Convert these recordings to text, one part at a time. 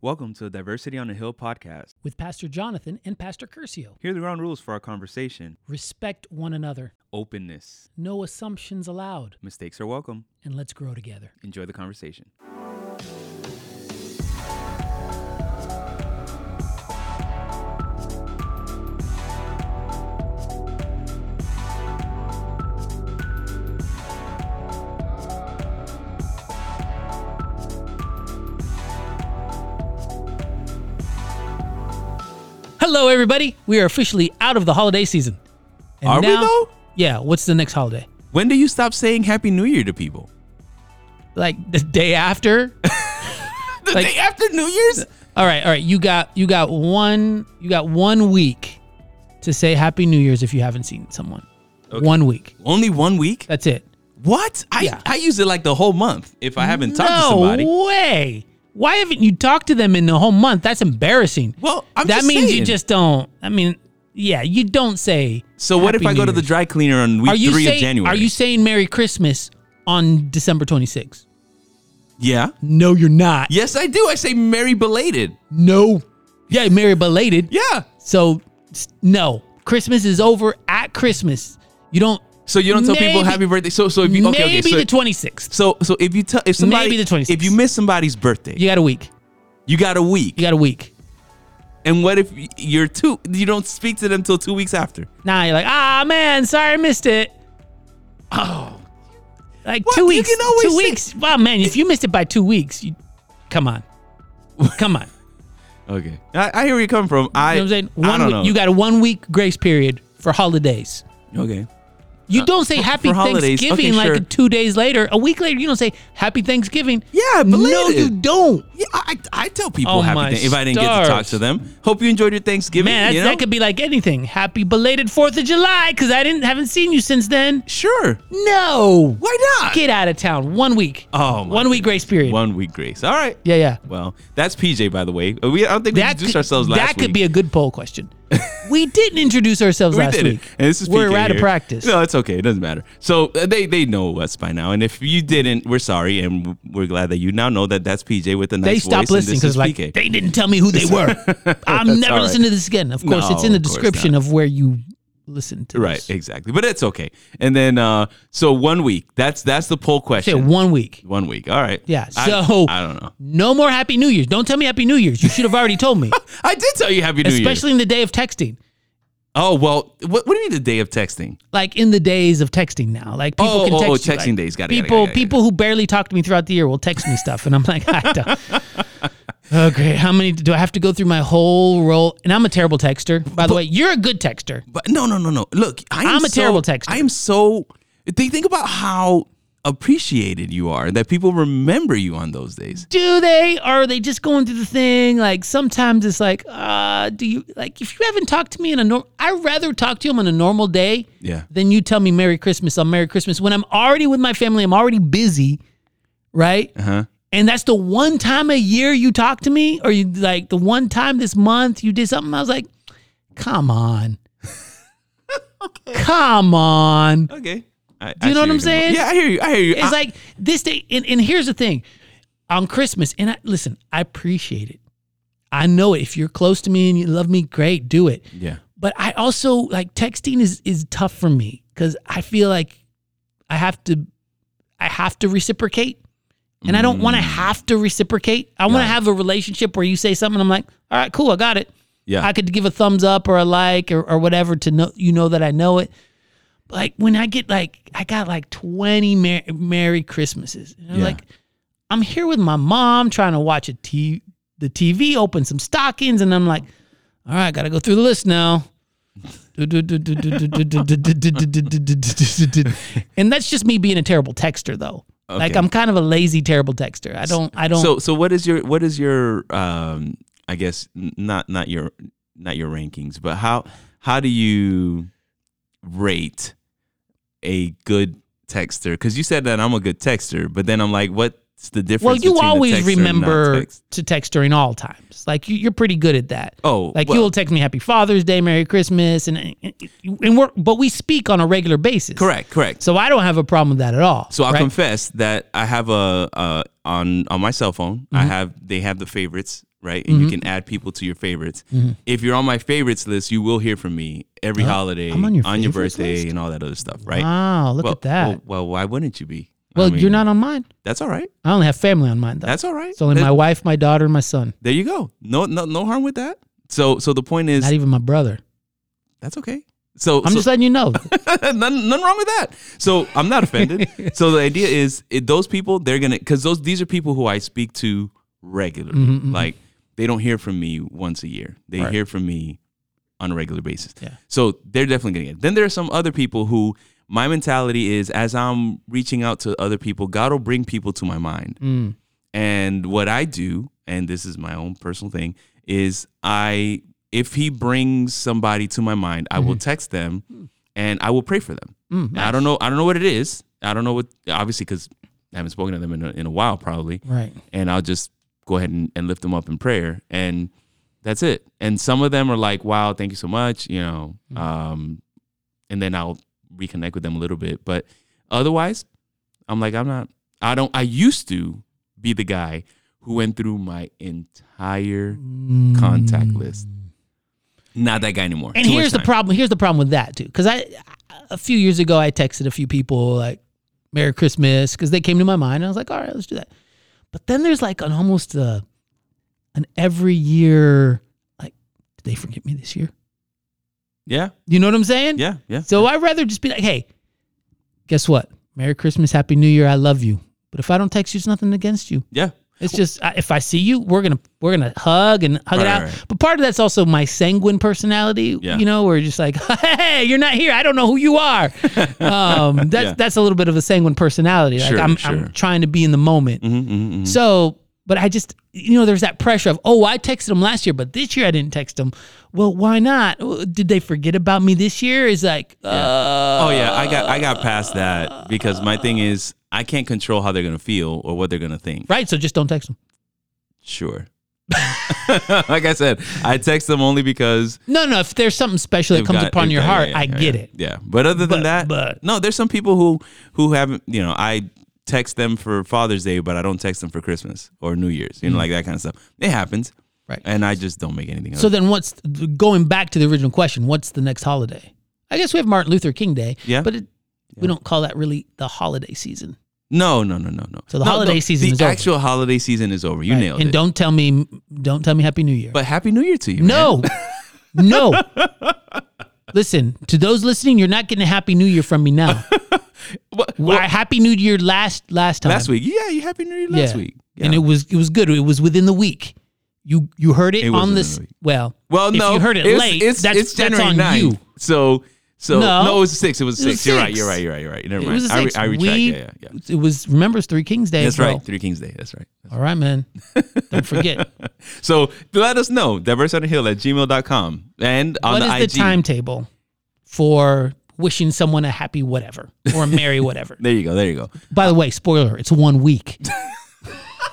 Welcome to the Diversity on the Hill podcast. with Pastor Jonathan and Pastor Curcio. Here are the ground rules for our conversation Respect one another. openness. No assumptions allowed. Mistakes are welcome. And let's grow together. Enjoy the conversation. Hello, everybody. We are officially out of the holiday season. And Are we, though? Yeah. What's the next holiday? When do you stop saying Happy New Year to people? Like the day after? The Like- day after New Year's? all right. All right. You got you got one you got one week to say Happy New Year's if you haven't seen someone. One week. Only one week? That's it. What? I, Yeah. I use it like the whole month if I haven't talked to no somebody. way. Why haven't you talked to them in the whole month? That's embarrassing. Well, I'm that just means saying. you just don't. I mean, yeah, you don't say. So what if Happy I go New to the Year's. dry cleaner on week Are you three saying? of January? Are you saying Merry Christmas on December 26th? yeah. No, you're not. Yes, I do. I say merry belated. No. Yeah, Merry belated. Yeah. So s- no, Christmas is over at Christmas. You don't. So you don't tell people Maybe- happy birthday. So so if you okay, maybe okay, so, the 26th. so so if you tell if somebody Maybe the 26th. if you miss somebody's birthday, You got a week. you got a week. You got a week. And what if y- you're two? You don't speak to them till two weeks after. Nah, you're like, ah man, sorry, I missed it. Oh, like What? two You weeks. can always two say- weeks. Wow, man, if you missed it by two weeks, you, come on, come on. Okay, I, I hear where you come from. I, You know what I'm saying? I One don't week, know. You got a one week grace period for holidays. okay. You don't say happy Uh, for holidays, Thanksgiving okay, like sure. two days later, a week later. You don't say happy Thanksgiving. Yeah, no, belated. you don't. Yeah, I, I I tell people Oh my happy thing if I didn't get to talk stars. to them. Hope you enjoyed your Thanksgiving. Man, that's, you know? that could be like anything. Happy belated Fourth of July because I didn't haven't seen you since then. sure. No, Why not? get out of town. One week. Oh, my one week grace period. One week grace. All right. yeah, yeah. Well, that's PJ by the way. Uh, We I don't think we That introduced could, ourselves last that week. could be a good poll question. we didn't introduce ourselves we last did week. it. And this is we're PK out of here. practice. No, it's okay. It doesn't matter. So uh, they they know us by now, and if you didn't, we're sorry, and w- we're glad that you now know that that's PJ with a nice they voice. stopped and listening this is because like PK. they didn't tell me who they were. I'm never all right. listening to this again. Of course, No, it's in the of course description of where you listen to. right, this. exactly. But it's okay. And then uh so one week. That's that's the poll Say question. one week. One week. All right. Yeah, I- so- I, don't know. No more Happy New Year's. Don't tell me Happy New Year's. You should have already told me, I did tell you Happy New Year. especially in the day of texting. Oh well. What, what do you mean the day of texting? Like in the days of texting now, like people Oh, can oh, text oh, you, texting like, days. Got it, got it, people, got it, got it. people who barely talk to me throughout the year will text me stuff, and I'm like, I don't. okay, how many do I have to go through my whole roll? And I'm a terrible texter, by the way. You're a good texter. But no, no, no, no. Look, I am I'm a so- terrible texter. I am so. Think think about how appreciated you are that people remember you on those days. do they or are they just going through the thing like sometimes it's like uh do you like if you haven't talked to me in a normal i rather talk to him on a normal day Yeah. than you tell me merry christmas on merry christmas when i'm already with my family i'm already busy right Uh huh. and that's the one time a year you talk to me or you like the one time this month you did something i was like come on come on Okay. I, you know what I'm saying? Yeah, I hear you. I hear you. It's I- like this day, and, and here's the thing on Christmas, and I, listen, I appreciate it. I know it. If you're close to me and you love me, great, do it. yeah. But I also like texting is is tough for me because I feel like I have to I have to reciprocate. And I don't want to have to reciprocate. I want to have a relationship where you say something, I'm like, all right, cool, I got it. Yeah. I could give a thumbs up or a like or, or whatever to know you know that I know it. But, Like when I get like I got like twenty Mer- Merry Christmases. And I'm Yeah. Like I'm here with my mom trying to watch a t- the TV, open some stockings, and I'm like, all right, gotta go through the list now. and that's just me being a terrible texter though. Like Okay. I'm kind of a lazy terrible texter. I don't I don't so so what is your what is your um I guess n- not not your not your rankings, but how how do you rate a good texter? Because you said that I'm a good texter, but then I'm like, what It's the difference. Well, you between a always text or remember non-text. to text during all times. Like you, you're pretty good at that. Oh, like well- you'll text me Happy Father's Day, Merry Christmas, and and- and we're but we speak on a regular basis. Correct, correct. So I don't have a problem with that at all. So I'll right? confess that I have a uh, on on my cell phone. Mm-hmm. I have they have the favorites right, and you can add people to your favorites. If you're on my favorites list, you will hear from me every holiday, Mm-hmm. Oh, I'm on your favorites birthday, list? and all that other stuff. Right? Wow, Oh, look well, at that. Well, well, why wouldn't you be? I Well, you're mean, not on mine. That's all right. I only have family on mine though. That's all right. it's only That- my wife, my daughter, and my son. There you go. No, no, no harm with that. So, so the point is Not even my brother. that's okay. So, I'm so just letting you know. none, none wrong with that. So I'm not offended. so the idea is it, those people they're gonna because those these are people who I speak to regularly. Like they don't hear from me once a year. They Mm-hmm, Right. hear from me on a regular basis. Yeah. So they're definitely gonna get. It. Then there are some other people who my mentality is as I'm reaching out to other people, God will bring people to my mind. Mm. And what I do, and this is my own personal thing, is I if he brings somebody to my mind, I will text them and I will pray for them. Mm, I don't know I don't know what it is. I don't know what obviously cuz I haven't spoken to them in a, in a while probably. right. And I'll just go ahead and, and lift them up in prayer and that's it. And some of them are like, "Wow, thank you so much," you know. Mm-hmm. Um and then I'll reconnect with them a little bit, but otherwise I'm like, I'm not, I don't, I used to be the guy who went through my entire contact list. Not that guy anymore. Mm. And Too much here's the time. problem. Here's the problem with that too, because I a few years ago I texted a few people like "Merry Christmas" because they came to my mind. And I was like, all right, let's do that. But then there's like an almost uh an every year like, did they forget me this year? Yeah. You know what I'm saying? Yeah. Yeah. So I'd rather just be like, hey, guess what? Merry Christmas, Happy New Year, I love you. But if I don't text you, it's nothing against you. Yeah. It's just I- if I see you, we're gonna we're gonna hug and hug it Right, out. right. But part of that's also my sanguine personality. Yeah. You know, we're just like, hey, you're not here. I don't know who you are. um, that's Yeah. that's a little bit of a sanguine personality. Like Sure, I'm sure. I'm trying to be in the moment. Mhm, mhm, mhm. So, but I just you know, there's that pressure of oh, I texted them last year, but this year I didn't text them. Well, why not? Oh, Did they forget about me this year? Is like, uh, Oh yeah, I got I got past that because my thing is I can't control how they're gonna feel or what they're gonna think. right. So just don't text them. Sure. like I said, I text them only because No, no. If there's something special that They've comes got- upon they've your got- heart, yeah, I yeah, get yeah. it. Yeah, but other than But- that, but- no, there's some people who who haven't. You know, I text them for Father's Day, but I don't text them for Christmas or New Year's. You know, like that kind of stuff. It happens, Mm. Right. And I just don't make anything. So of it. then, what's going back to the original question? What's the next holiday? I guess we have Martin Luther King Day. Yeah. but it, we don't call that really the holiday season. no, no, no, no, no. So the No, holiday season the is over. actual holiday season is over. You Right? nailed and it. don't tell me, don't tell me Happy New Year. but Happy New Year to you. man. no, no. Listen to those listening. You're not getting a Happy New Year from me now. What- Well, I- Happy New Year last last time. last week. Yeah, you Happy New Year Yeah. last week. Yeah. and it was it was good. It was within the week. You you heard it, It was on within this. the week. Well, Well, if no, you heard it it's, late. It's, that's it's January that's on 9th. you. So so No. no, it was six. It was It was six. You're right. six. You're right. You're right. You're right. Never It mind. was the I, re- sixth. I retract. We- yeah, yeah, yeah. It was remember it's Three Kings Day. That's bro. right. Three Kings Day. That's right. All right, man. Don't forget. So let us know. Diverse on the Hill at gmail.com. And on what is the the IG. timetable for wishing someone a happy whatever or a merry whatever? There you go. There you go. By the way, spoiler: it's one week.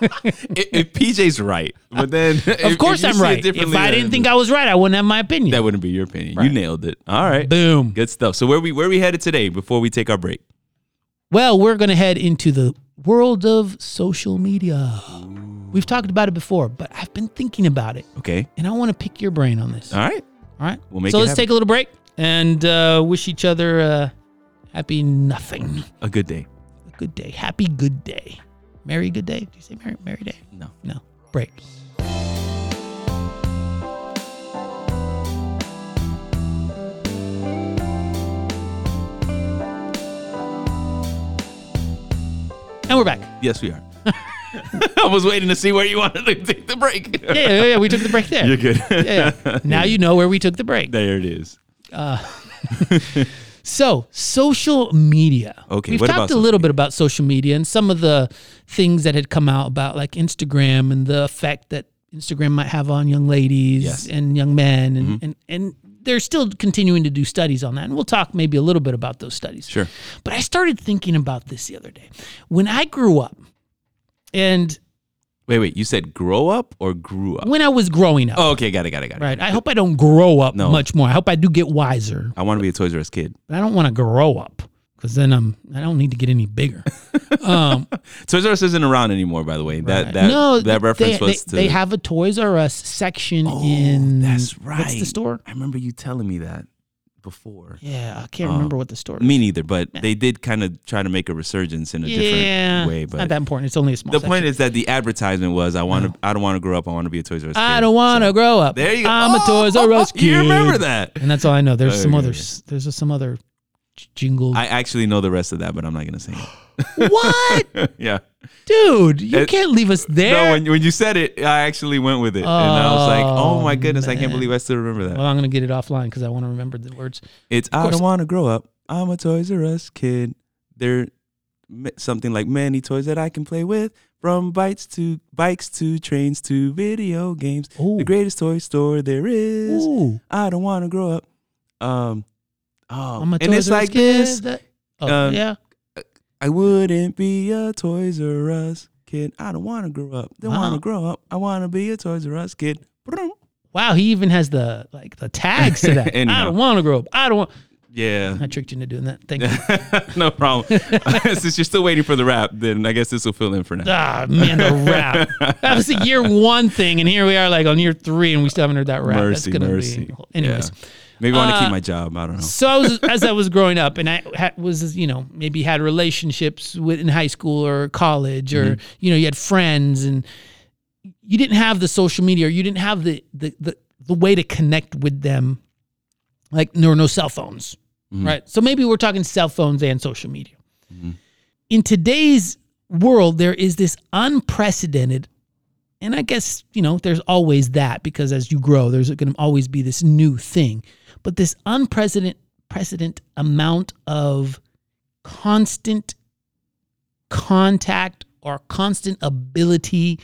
if, if PJ's right, but then Of course, I'm right. If I didn't think I was right, I wouldn't have my opinion. that wouldn't be your opinion. You nailed it. All right. Boom. Good stuff. So where we where we headed today before we take our break? Well, we're gonna head into the world of social media. We've talked about it before, but I've been thinking about it, Okay. and I want to pick your brain on this. All right. All right. We'll make so it let's happen. take a little break and uh, wish each other uh, happy nothing. A good day. A good day. Happy good day. Merry good day. Do you say merry merry day? No. No. Break. And we're back. Yes, we are. I was waiting to see where you wanted to take the break. Yeah, yeah, yeah. We took the break there. You're good. Yeah, yeah. Now you know where we took the break. there it is. So, social media. Okay, We've what about talked a social little bit about social media and some of the things that had come out about like Instagram and the effect that Instagram might have on young ladies Yes. Mm-hmm. and young men. And, and, and they're still continuing to do studies on that. And we'll talk maybe a little bit about those studies. Sure. But I started thinking about this the other day. When I grew up, And Wait, wait. You said grow up or grew up? when I was growing up, Oh, okay. Got it. Got it. Got it. right? I hope I don't grow up No. much more. I hope I do get wiser, I want to be a Toys R Us kid. but I don't want to grow up because then I'm I don't need to get any bigger. um, Toys R Us isn't around anymore, by the way. That Right. that no, that they- reference they, was they, to. they have a Toys R Us section Oh, in. that's What's the right. store? I remember you telling me that before. Yeah, I can't Uh, remember what the store. Me neither, but they did kind of try to make a resurgence in a yeah, different way. it's not But that important. It's only a small. the section. point is that the advertisement was, "I want to, I don't want to grow up. I want to be a Toys R Us." I kid." don't want to grow up. There you go. I'm a Oh, Toys R Us kid. You remember that? And that's all I know. There's some Okay. other. s- There's just some other j- jingle. I actually know the rest of that, but I'm not gonna sing what, it. yeah. dude? You It- can't leave us there. No, when when you said it, I actually went with it, and I was like, "Oh Oh, my goodness, I can't man. believe I still remember that." well, I'm gonna get it offline because I want to remember the words. It's I course. don't want to grow up. I'm a Toys R Us kid. There, m- something like many toys that I can play with, from bites to bikes to trains to video games. Ooh. The greatest toy store there is. Ooh, I don't want to grow up. Um, oh, I'm a and Toys it's R Us like kid this. that- oh, um, yeah. I wouldn't be a Toys R Us kid. I don't want to grow up. Don't Wow. want to grow up. I want to be a Toys R Us kid. Broom. Wow, he even has the like the tags to that. I Anyhow. don't want to grow up. I don't want. Yeah. I tricked you into doing that. Thank you. no problem. Since you're still waiting for the rap, then I guess this will fill in for now. Ah man, the rap. That was the year one thing, and here we are, like on year three, and we still haven't heard that rap. Mercy, That's gonna mercy. Be, anyways, Yeah. Maybe I want to Uh, keep my job. I don't know. so I was, as I was growing up, and I ha- was, you know, maybe had relationships with in high school or college, or you know, you had friends, and you didn't have the social media, or you didn't have the the the, the way to connect with them. Like there were no cell phones, right? So maybe we're talking cell phones and social media. In today's world, there is this unprecedented and I guess, you know, there's always that because as you grow, there's going to always be this new thing. But this unprecedented precedent amount of constant contact or constant ability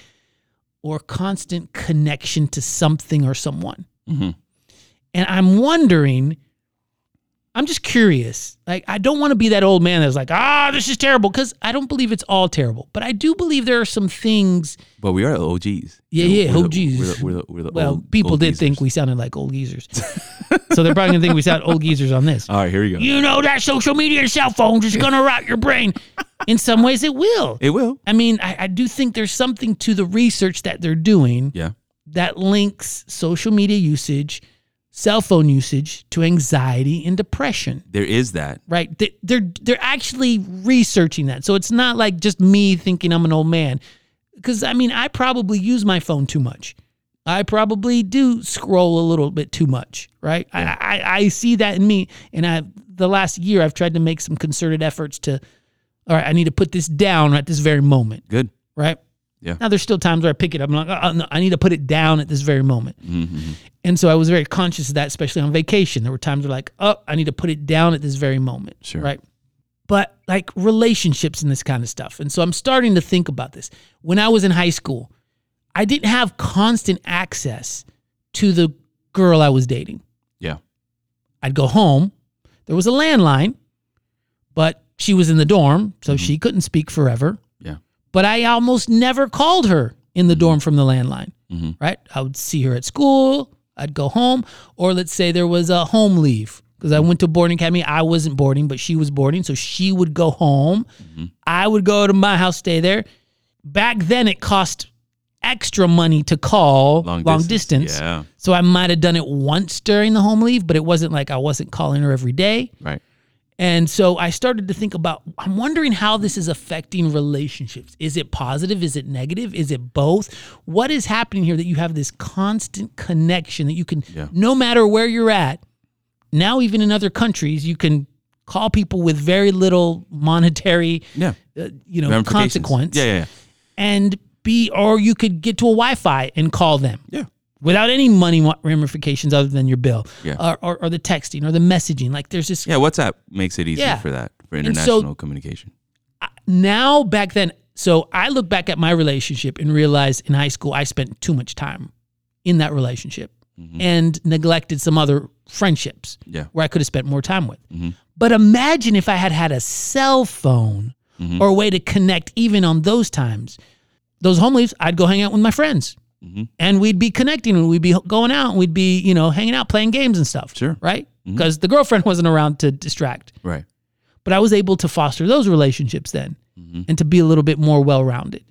or constant connection to something or someone. Mhm. And I'm wondering, I'm just curious. Like, I don't want to be that old man that's like, ah, this is terrible, because I don't believe it's all terrible. But I do believe there are some things But we are OGs. Yeah, yeah, we're OGs. The, we're the, we're the, we're the well, old, people old did geezers. think we sounded like old geezers. so they're probably going to think we sound old geezers on this. All right, here we go. You know that social media and cell phones is going to rot your brain. In some ways, it will. It will. I mean, I, I do think there's something to the research that they're doing Yeah. that links social media usage, cell phone usage to anxiety and depression. There is that. Right? They, they're they're actually researching that, so it's not like just me thinking I'm an old man. Because I mean, I probably use my phone too much. I probably do scroll a little bit too much. Right? I, I I see that in me, and I the last year I've tried to make some concerted efforts to. All right, I need to put this down at this very moment Good. right? Yeah. Now there's still times where I pick it up. I'm like, oh, no, I need to put it down at this very moment. Mm-hmm. And so I was very conscious of that, especially on vacation. There were times where like, oh, I need to put it down at this very moment. Sure. Right. But like relationships and this kind of stuff. And so I'm starting to think about this. When I was in high school, I didn't have constant access to the girl I was dating. Yeah. I'd go home. There was a landline, but she was in the dorm, so she couldn't speak forever. Yeah. But I almost never called her in the dorm from the landline, Mhm. right? I would see her at school, I'd go home, or let's say there was a home leave because I went to boarding academy. I wasn't boarding, but she was boarding, so she would go home. I would go to my house, stay there. Back then, it cost extra money to call long, distance. Yeah. So I might have done it once during the home leave, but it wasn't like I wasn't calling her every day. Right. And so I started to think about I'm wondering how this is affecting relationships. Is it positive? Is it negative? Is it both? What is happening here that you have this constant connection that you can Yeah. no matter where you're at, now even in other countries, you can call people with very little monetary Yeah. uh, you know Ramifications. consequence Yeah, yeah, yeah. and be or you could get to a Wi-Fi and call them Yeah. without any money wa- ramifications other than your bill Yeah. or, or, or the texting or the messaging. Like there's this Yeah, WhatsApp makes it easy Yeah. for that, for so- international communication. now back then. So I look back at my relationship and realize in high school I spent too much time in that relationship and neglected some other friendships Yeah. where I could have spent more time with. But imagine if I had had a cell phone or a way to connect even on those times. those home leaves, I'd go hang out with my friends. Mhm. And we'd be connecting and we'd be going out and we'd be, you know, hanging out, playing games and stuff. Sure. Right? Because the girlfriend wasn't around to distract. Right. But I was able to foster those relationships then Mhm. and to be a little bit more well rounded.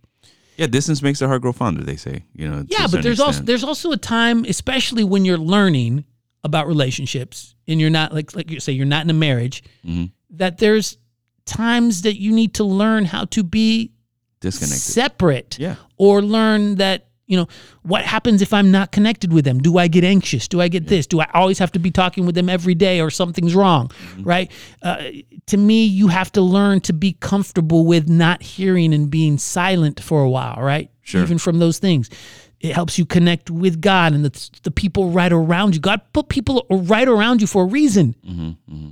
Yeah, distance makes the heart grow fonder. They say. You know. to a Yeah, but certain there's also extent. there's also a time, especially when you're learning about relationships and you're not like like you say you're not in a marriage, Mhm. that there's times that you need to learn how to be disconnected. separate Yeah. or learn that you know what happens if i'm not connected with them do i get anxious do i get this do i always have to be talking with them every day or something's wrong Mm-hmm. right uh, to me you have to learn to be comfortable with not hearing and being silent for a while right Sure. even from those things it helps you connect with god and the, the people right around you god put people right around you for a reason Mm-hmm,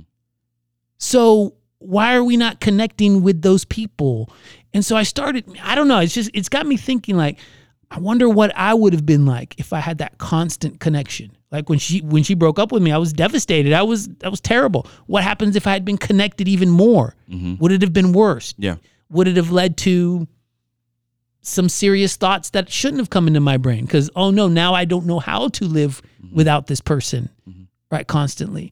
so why are we not connecting with those people? And so I started, I don't know, it's just, it's got me thinking like, I wonder what I would have been like if I had that constant connection. Like when she when she broke up with me, I was devastated. I was I was terrible. What happens if I had been connected even more? Would it have been worse? Yeah. Would it have led to some serious thoughts that shouldn't have come into my brain? Because oh no, now I don't know how to live without this person, right? Constantly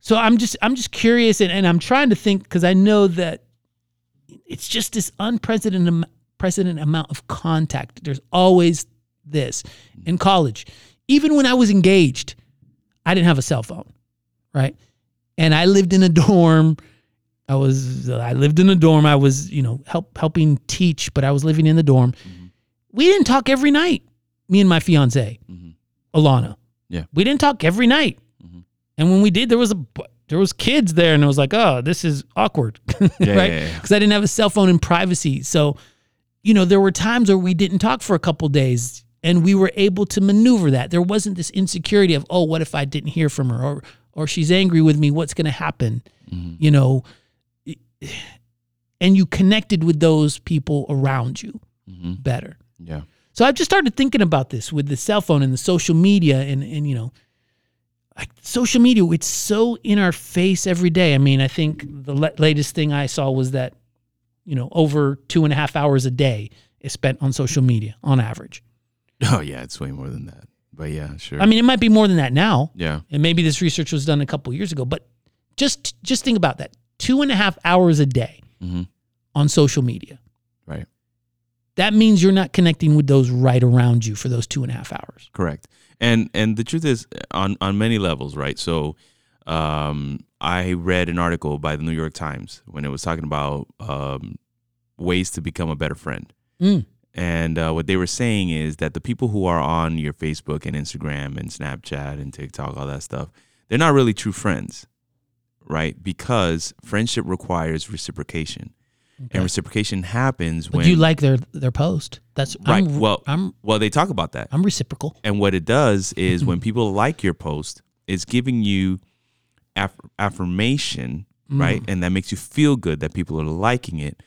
so i'm just i'm just curious and, and i'm trying to think because i know that it's just this unprecedented am- precedent amount of contact there's always this in college even when i was engaged i didn't have a cell phone right and i lived in a dorm i was i lived in a dorm i was you know help helping teach but i was living in the dorm we didn't talk every night me and my fiance Mhm. alana Yeah. we didn't talk every night and when we did, there was a bu- there was kids there, and it was like, oh, this is awkward, right? Because yeah, yeah. I didn't have a cell phone and privacy, so you know there were times where we didn't talk for a couple days, and we were able to maneuver that. There wasn't this insecurity of, oh, what if I didn't hear from her, or or she's angry with me, what's going to happen, you know? And you connected with those people around you Mhm. better. Yeah. So I've just started thinking about this with the cell phone and the social media and and you know like social media it's so in our face every day. I mean, I think the la- latest thing I saw was that you know over two and a half hours a day is spent on social media on average. Oh yeah, it's way more than that. But yeah, sure. I mean, it might be more than that now, yeah. and maybe this research was done a couple years ago. But just just think about that: two and a half hours a day Mhm. on social media. Right. That means you're not connecting with those right around you for those two and a half hours. correct and and the truth is on on many levels right so um i read an article by the new york times when it was talking about um ways to become a better friend Mm. and uh, what they were saying is that the people who are on your facebook and instagram and snapchat and tiktok all that stuff they're not really true friends right because friendship requires reciprocation and reciprocation happens But when you like their their post. That's right I'm, well I'm well they talk about that I'm Mm-hmm. reciprocal. and what it does is when people like your post, it's giving you aff- affirmation, right? Mm. And that makes you feel good that people are liking it.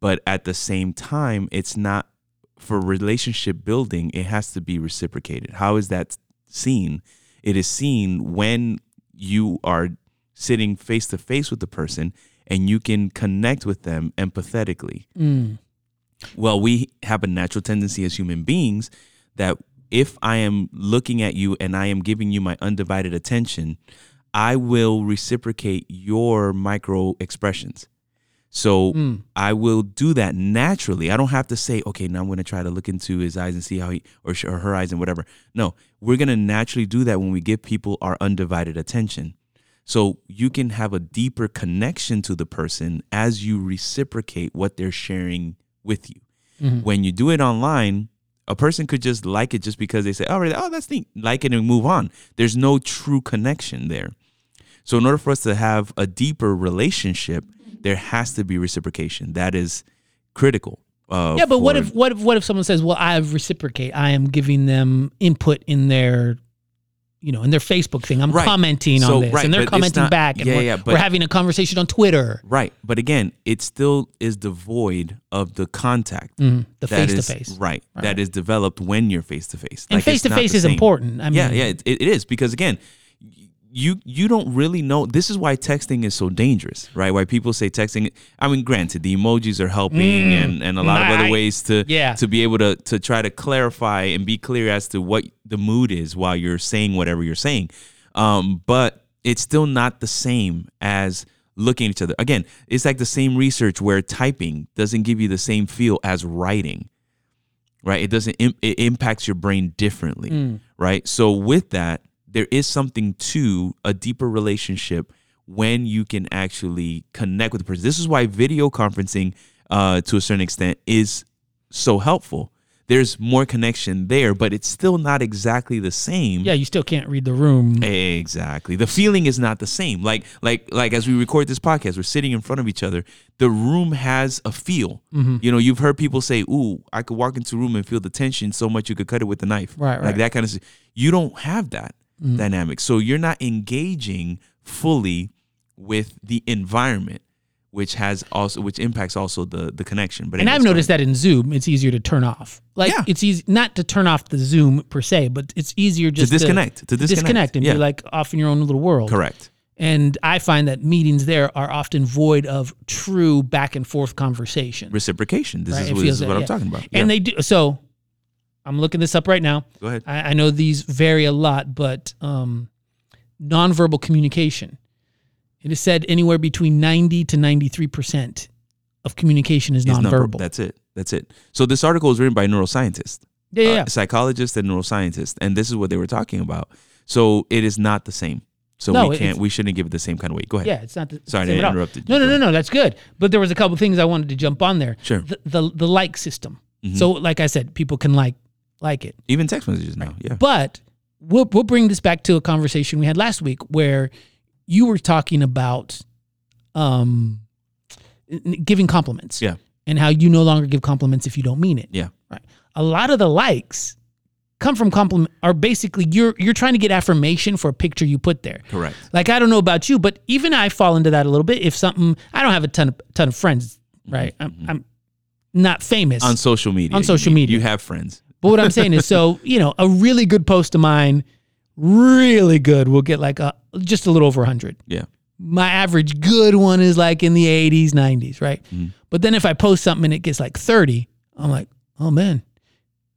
But at the same time, it's not for relationship building, it has to be reciprocated. How is that seen? It is seen when you are sitting face to face with the person and you can connect with them empathetically well, we have a natural tendency as human beings that if I am looking at you and I am giving you my undivided attention, I will reciprocate your micro expressions. So I will do that naturally. I don't have to say, okay, now I'm going to try to look into his eyes and see how he or, sh- or her eyes and whatever. No, we're going to naturally do that when we give people our undivided attention. So you can have a deeper connection to the person as you reciprocate what they're sharing with you. Mm-hmm. When you do it online, a person could just like it just because they say, "Oh, really? oh, that's neat," like it and move on. There's no true connection there. So in order for us to have a deeper relationship, there has to be reciprocation. That is critical. Uh, Yeah, but what for- if what if what if someone says, "Well, I reciprocate. I am giving them input in their you know, in their Facebook thing. I'm Right. commenting So, on this right, but and they're it's commenting not- back and yeah, we're, yeah, but- we're having a conversation on Twitter." Right, but again, it still is devoid of the contact. Mm, the that face to is- face. Right, that is developed when you're face to face. And face to face is important. I mean, yeah, yeah, it, it is because again, y- you you don't really know. This is why texting is so dangerous, right? Why people say texting. I mean, granted, the emojis are helping, Mm, and, and a lot of right. other ways to Yeah. to be able to to try to clarify and be clear as to what the mood is while you're saying whatever you're saying. Um, but it's still not the same as looking at each other. Again, it's like the same research where typing doesn't give you the same feel as writing right? It doesn't im- it impacts your brain differently, right? So with that, there is something to a deeper relationship when you can actually connect with the person. This is why video conferencing, uh, to a certain extent, is so helpful. There's more connection there, but it's still not exactly the same. Yeah, you still can't read the room. Exactly. The feeling is not the same. Like like like as we record this podcast, we're sitting in front of each other. The room has a feel. Mm-hmm. You know, you've heard people say, "Ooh, I could walk into a room and feel the tension so much you could cut it with a knife." Right, Like right. Mm-hmm. that kind of. s- You don't have that dynamic, so you're not engaging fully with the environment, which has also which impacts also the the connection. But And anyway, I've sorry. noticed that in Zoom, it's easier to turn off. Like Yeah. it's easy not to turn off the Zoom per se, but it's easier just disconnect, to disconnect. and Yeah. be like off in your own little world. correct. And I find that meetings there are often void of true back and forth conversation. Reciprocation. This right? is It what, this feels is that- what I'm yeah. talking about. And they do so. I'm looking this up right now. Go ahead. I, I know these vary a lot, but um, nonverbal communication. It is said anywhere between 90 to 93 percent of communication is It's number- nonverbal. That's it. That's it. So this article was written by a neuroscientist, yeah, yeah, yeah. uh, psychologist and neuroscientist, and this is what they were talking about. So it is not the same. So No, we it- can't. We shouldn't give it the same kind of weight. Go ahead. yeah. It's not. The, Sorry, same I at all. interrupted you. No, no, Go no, no. That's good. But there was a couple things I wanted to jump on there. Sure. Mm-hmm. The the, the like system. So, like I said, people can like like it. Even text messages now. Yeah. But we'll we'll bring this back to a conversation we had last week where you were talking about um n- n- giving compliments. Yeah. And how you no longer give compliments if you don't mean it. Yeah. Right. A lot of the likes come from compliment are basically you're you're trying to get affirmation for a picture you put there. Correct. Like I don't know about you, but even I fall into that a little bit. If something I don't have a ton of ton of friends, right? I'm, I'm not famous. Mm-hmm. On social media. On you social mean- media. you have friends. But what I'm saying is, so you know, a really good post of mine, really good, will get like a just a little over 100. Yeah. My average good one is like in the 80s, 90s, right? But then if I post something and it gets like 30, I'm like, oh man,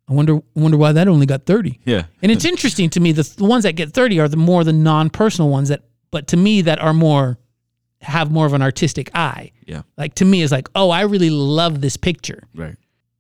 I wonder, I wonder why that only got 30. Yeah. And it's interesting to me. The, the ones that get 30 are the more the non-personal ones that, but to me, that are more have more of an artistic eye. Yeah. Like to me, is like, oh, I really love this picture Right.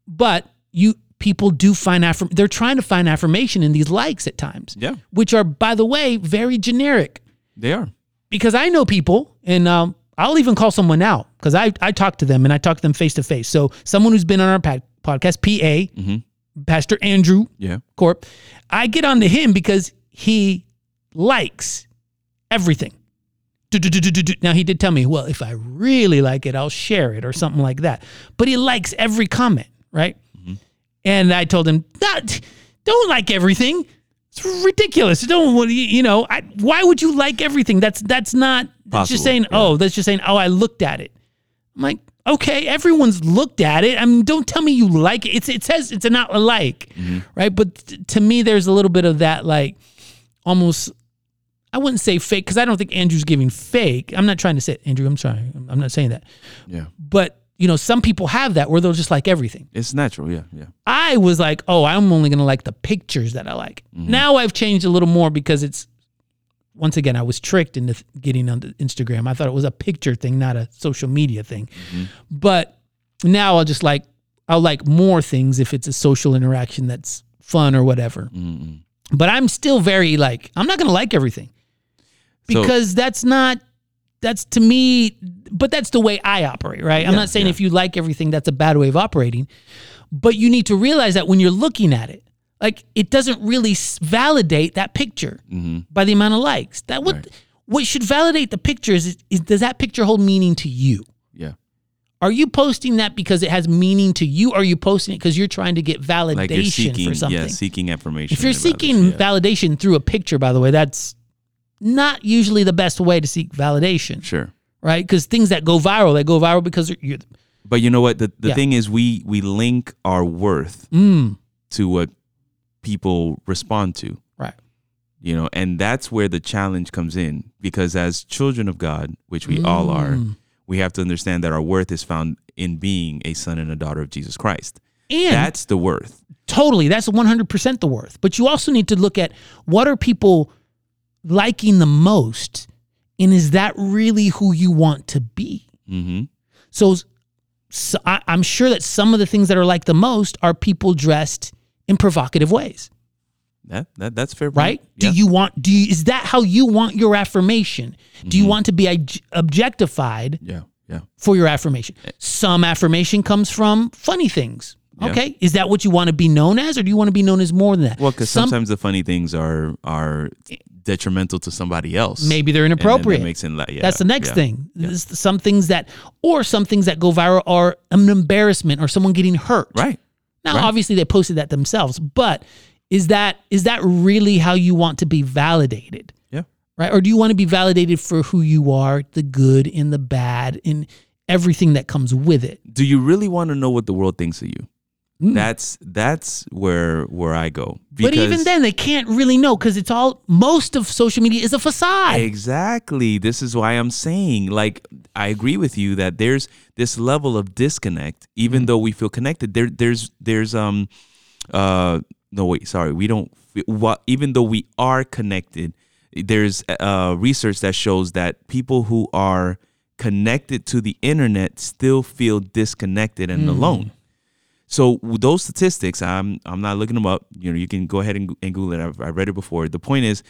but you people do find affirm they're trying to find affirmation in these likes at times Yeah. which are by the way very generic They are. because i know people and um, i'll even call someone out because I, I talk to them and i talk to them face to face so someone who's been on our pod- podcast pa pastor andrew Yeah. corp i get onto him because he likes everything Do, do, do, do, do, do. now he did tell me well if i really like it i'll share it or something like that but he likes every comment right and i told him not don't like everything it's ridiculous don't what do you you know I, why would you like everything that's that's not that's just Possible, saying oh that's just saying oh i looked at it i'm like okay everyone's looked at it i mean don't tell me you like it it's, it says it's not a like right but t- to me there's a little bit of that like almost I wouldn't say fake because I don't think Andrew's giving fake. I'm not trying to say Andrew. I'm sorry. I'm- I'm not saying that. Yeah. But you know, some people have that where they'll just like everything. It's natural. Yeah. Yeah. I was like, oh, I'm only gonna like the pictures that I like. Now I've changed a little more because it's once again I was tricked into th- getting on the Instagram. I thought it was a picture thing, not a social media thing. But now I'll just like I'll like more things if it's a social interaction that's fun or whatever. But I'm still very like I'm not gonna like everything So- because that's not that's to me but that's the way i operate right i'm Yeah, not saying yeah. if you like everything that's a bad way of operating but you need to realize that when you're looking at it like it doesn't really s- validate that picture by the amount of likes that what Mm-hmm. Right. what should validate the picture is, is does that picture hold meaning to you Yeah. are you posting that because it has meaning to you or are you posting it because you're trying to get validation Like you're seeking. for something Yeah. Seeking affirmation. if you're about this, seeking yeah. validation through a picture, by the way, that's not usually the best way to seek validation, Sure. right? Because things that go viral, they go viral because they're- you're, But you know what? The the Yeah. thing is, we we link our worth mm, to what people respond to. right. you know and that's where the challenge comes in because as children of god which we all are Mm. we have to understand that our worth is found in being a son and a daughter of jesus christ And that's the worth totally, that's 100% the worth. But you also need to look at what are people liking the most? And is that really who you want to be? hmm So, so I, I'm sure that some of the things that are like the most are people dressed in provocative ways, that, that that's fair point. right? Mm-hmm. Yeah. Do you want? Do you, is that how you want your affirmation? Do Mm-hmm. you want to be ig- objectified yeah yeah for your affirmation? Some affirmation comes from funny things. Eh. Yeah. Okay, is that what you want to be known as, or do you want to be known as more than that? well because Some- sometimes the funny things are are detrimental to somebody else maybe they're And then that inappropriate. makes it la- yeah, That's the next yeah. thing. This- Some things that, or some things that go viral are an embarrassment or someone getting hurt. right Now, Right. obviously, they posted that themselves, but is that is that really how you want to be validated, yeah right? Or do you want to be validated for who you are, the good and the bad, and everything that comes with it? do you really want to know what the world thinks of you? Mm. That's that's where where I go. but even Because- then, they can't really know because it's all most of social media is a facade. exactly. This is why I'm saying, like, I agree with you that there's this level of disconnect, even though we feel connected. There, there's there's um, uh, no wait, sorry, we don't. What even though we are connected, there's uh research that shows that people who are connected to the internet still feel disconnected and alone. So with those statistics, I'm I'm not looking them up. You know, you can go ahead and, and Google it. I've, I read it before. The point is,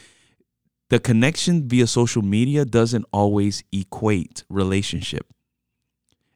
the connection via social media doesn't always equate relationship,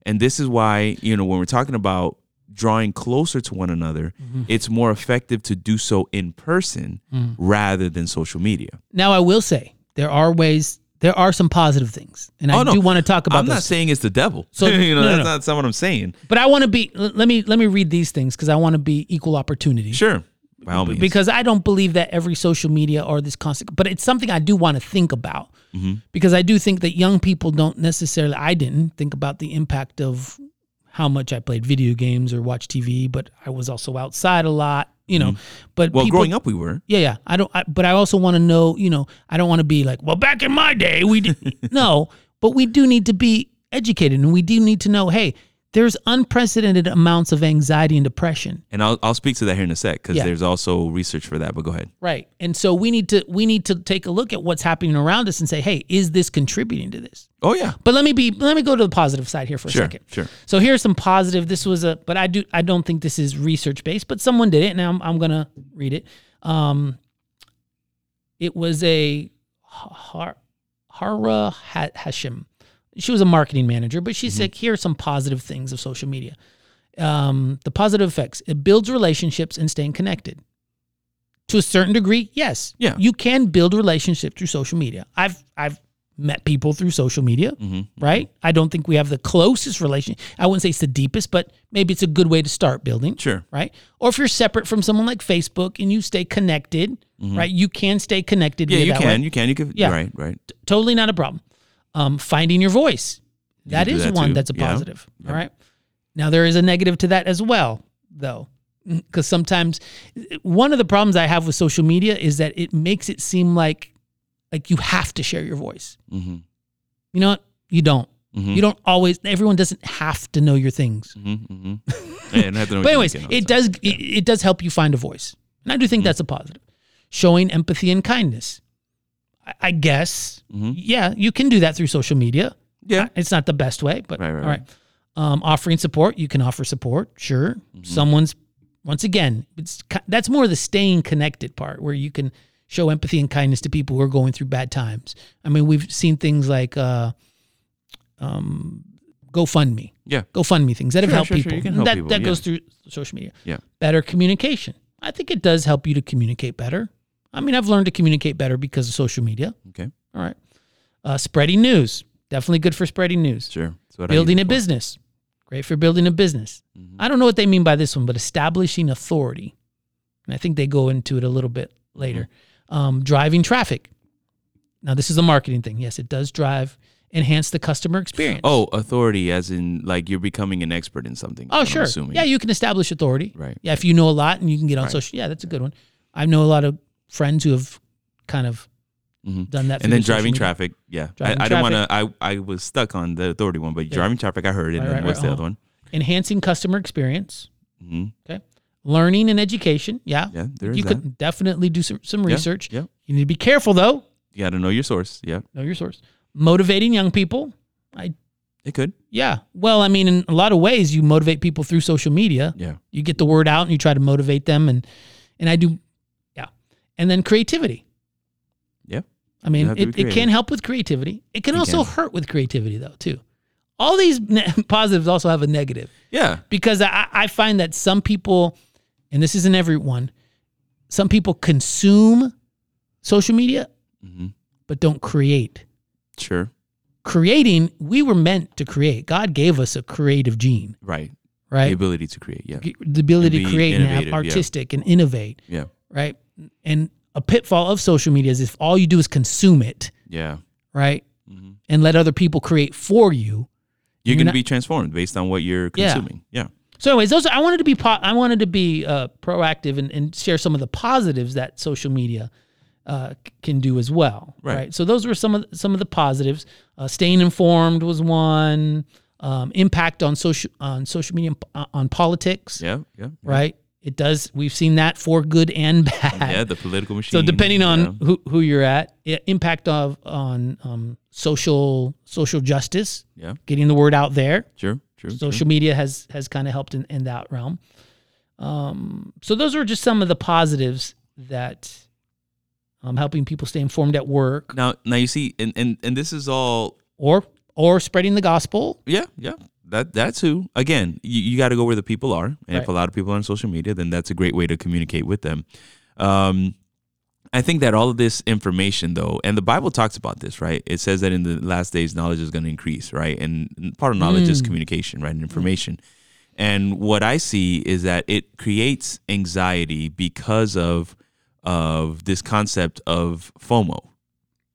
and this is why you know when we're talking about drawing closer to one another, Mm-hmm. it's more effective to do so in person Mm. rather than social media. Now, I will say there are ways. There are some positive things, and I Oh, no. do want to talk about I'm those. not saying it's the devil. So- So you know, no, no, that's no. not, that's not what I'm saying. but I want to be. l- Let me let me read these things because I want to be equal opportunity. Sure, by all means. because I don't believe that every social media or this constant, but it's something I do want to think about Mm-hmm. because I do think that young people don't necessarily, I didn't think about the impact of how much I played video games or watched TV, but I was also outside a lot, you know, but Mm-hmm. well, people, growing up, we were. yeah, yeah. I don't, I, but I also want to know, you know, I don't want to be like, well, back in my day, we did. no, but we do need to be educated and we do need to know, hey, there's unprecedented amounts of anxiety and depression. and I'll I'll speak to that here in a sec because Yeah. there's also research for that. But go ahead. Right. And so we need to we need to take a look at what's happening around us and say, "Hey, is this contributing to this?" Oh yeah, But let me be let me go to the positive side here for Sure, a second. sure. So here's some positive. This was a but I do I don't think this is research based, but someone did it and I'm I'm going to read it. Um it was a Har, Hara Ha- Hashim. She was a marketing manager, but she said, "Here are some positive things of social media." Um, the positive effects: it builds relationships and staying connected. To a certain degree, yes, Yeah. you can build relationships through social media. I've I've met people through social media, Mm-hmm, right? I don't think we have the closest relation. I wouldn't say it's the deepest, but maybe it's a good way to start building sure. right? Or if you're separate from someone like Facebook and you stay connected, right? You can stay connected. Mm-hmm. Yeah, via you that can, way. you can, you can. Yeah. Right, right. Totally not a problem. Um, finding your voice. That do is that one too. that's a Yeah. positive. All right. Now there is a negative to that as well, though. Because sometimes one of the problems I have with social media is that it makes it seem like like you have to share your voice. Mm-hmm. You know what? You don't. Mhm. You don't always. Everyone doesn't have to know your things. Mm-hmm. mm-hmm. But anyways, it does it, it does help you find a voice, and I do think that's a positive. Showing empathy and kindness, I, I guess. Yeah, you can do that through social media. Yeah. It's not the best way, but Right, right, all right. Um, offering support, you can offer support. Sure, someone's once again, it's ki- that's more the staying connected part where you can show empathy and kindness to people who are going through bad times. I mean, we've seen things like uh, um, GoFundMe. Yeah. GoFundMe things that have Sure, helped sure, sure. people. You can help that people, that yeah. goes through social media. Yeah. Better communication. I think it does help you to communicate better. I mean, I've learned to communicate better because of social media. Okay. All right. Uh, spreading news. Definitely good for spreading news. Sure. That's what I Building use a it business. Great for building a business. Mm-hmm. I don't know what they mean by this one, but establishing authority. And I think they go into it a little bit later. Mm-hmm. Um, driving traffic. Now, this is a marketing thing. Yes, it does drive, enhance the customer experience. for. Oh, authority, as in like you're becoming an expert in something. is what Oh, I'm sure. assuming. Yeah, you can establish authority. Right. Yeah, if you know a lot and you can get on social. Yeah, that's a good one. I know a lot of friends who have kind of Mhm. done that. and then through social driving media. traffic. Yeah, Driving I, I don't want to. I I was stuck on the authority one, but driving traffic, I heard, and Right, then right, what's right, the uh-huh. other one? enhancing customer experience, hmm learning and education. Yeah, Yeah, there is you that. could definitely do some, some Yeah, research. yeah. You need to be careful though. You got to know your source. Yeah, Know your source. Motivating young people. I it could. yeah. Well, I mean, in a lot of ways, you motivate people through social media. Yeah, You get the word out and you try to motivate them, and and I do, yeah. And then creativity. yeah. I mean, have to be it, it can creative. help with creativity. It can also can. hurt with creativity though too. All these ne- positives also have a negative. Yeah. because I, I find that some people, and this isn't everyone, some people consume social media hmm but don't create. Sure. Creating, we were meant to create. God gave us a creative gene, Right. The right? ability to create. Yeah. The ability to be create and have innovative, yeah. artistic and innovate, Yeah. right? And a pitfall of social media is if all you do is consume it, Yeah. right? hmm And let other people create for you. You're, You're going not- to be transformed based on what you're Yeah. consuming. Yeah. So, anyways, those I wanted to be po- I wanted to be uh, proactive and, and share some of the positives that social media uh, c- can do as well. Right. So those were some of some of the positives. Uh, staying informed was one. Um, impact on social on social media and p- uh, on politics. Yeah. Yeah. Right. It does. We've seen that for good and bad. Yeah. The political machine. So depending on yeah. who, who you're at, i- impact of on um, social social justice, Yeah. getting the word out there Sure. Sure. sure. social media has has kind of helped in, in that realm. Um, so those were just some of the positives that um, helping people stay informed at work Now, now you see, and, and and this is all. or or spreading the gospel. Yeah. Yeah. That that's who. Again, you, you got to go where the people are, and if Right. a lot of people are on social media, then that's a great way to communicate with them. Um, I think that all of this information, though, and the Bible talks about this, right? It says that in the last days, knowledge is going to increase, right? And part of knowledge is communication, right? And information. And what I see is that it creates anxiety because of of this concept of FOMO,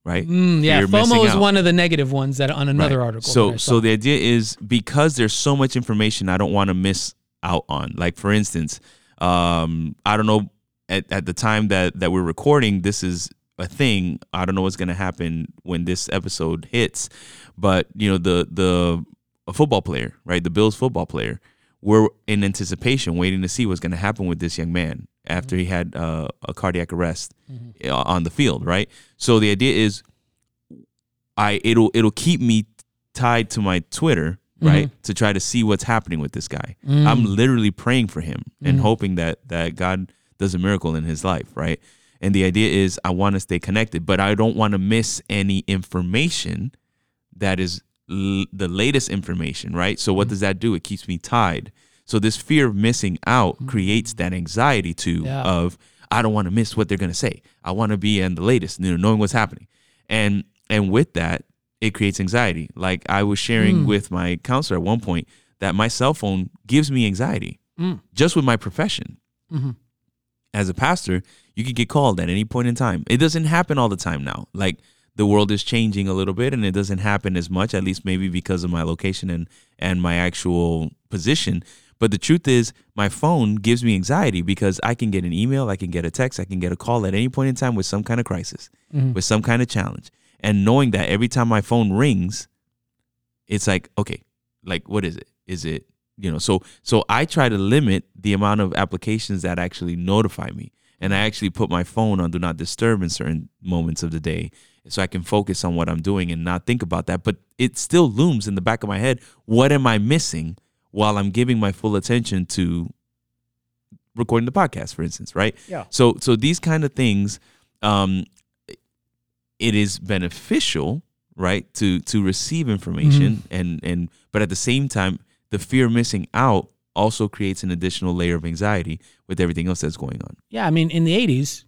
right? Mm, yeah, You're missing FOMO is out. one of the negative ones that on another Right. article. that So I so saw. the idea is because there's so much information I don't want to miss out on. Like for instance, um, I don't know at, at the time that that we're recording, this is a thing. I don't know what's gonna happen when this episode hits, but you know the the a football player, right? The Bills football player. We're in anticipation, waiting to see what's going to happen with this young man after Mm-hmm. he had uh, a cardiac arrest uh, on the field, right? So the idea is I it'll it'll keep me tied to my Twitter, right? To try to see what's happening with this guy. I'm literally praying for him and hoping that that God does a miracle in his life, right? And the idea is I want to stay connected, but I don't want to miss any information that is l- the latest information, right? So what does that do? It keeps me tied. So this fear of missing out creates that anxiety too Yeah. of I don't want to miss what they're gonna say. I want to be in the latest, you know, knowing what's happening, and and with that it creates anxiety. Like I was sharing with my counselor at one point that my cell phone gives me anxiety just with my profession as a pastor, you could get called at any point in time. It doesn't happen all the time now. Like the world is changing a little bit and it doesn't happen as much, at least maybe because of my location and and my actual position. But the truth is my phone gives me anxiety because I can get an email, I can get a text, I can get a call at any point in time with some kind of crisis, with some kind of challenge. And knowing that every time my phone rings, it's like okay like what is it is it you know so so i try to limit the amount of applications that actually notify me and i actually put my phone on do not disturb in certain moments of the day so i can focus on what i'm doing and not think about that but it still looms in the back of my head what am i missing while i'm giving my full attention to recording the podcast for instance right Yeah. so so these kind of things um it is beneficial right to to receive information Mm-hmm. and and but at the same time the fear of missing out also creates an additional layer of anxiety with everything else that's going on yeah, I mean, in the '80s,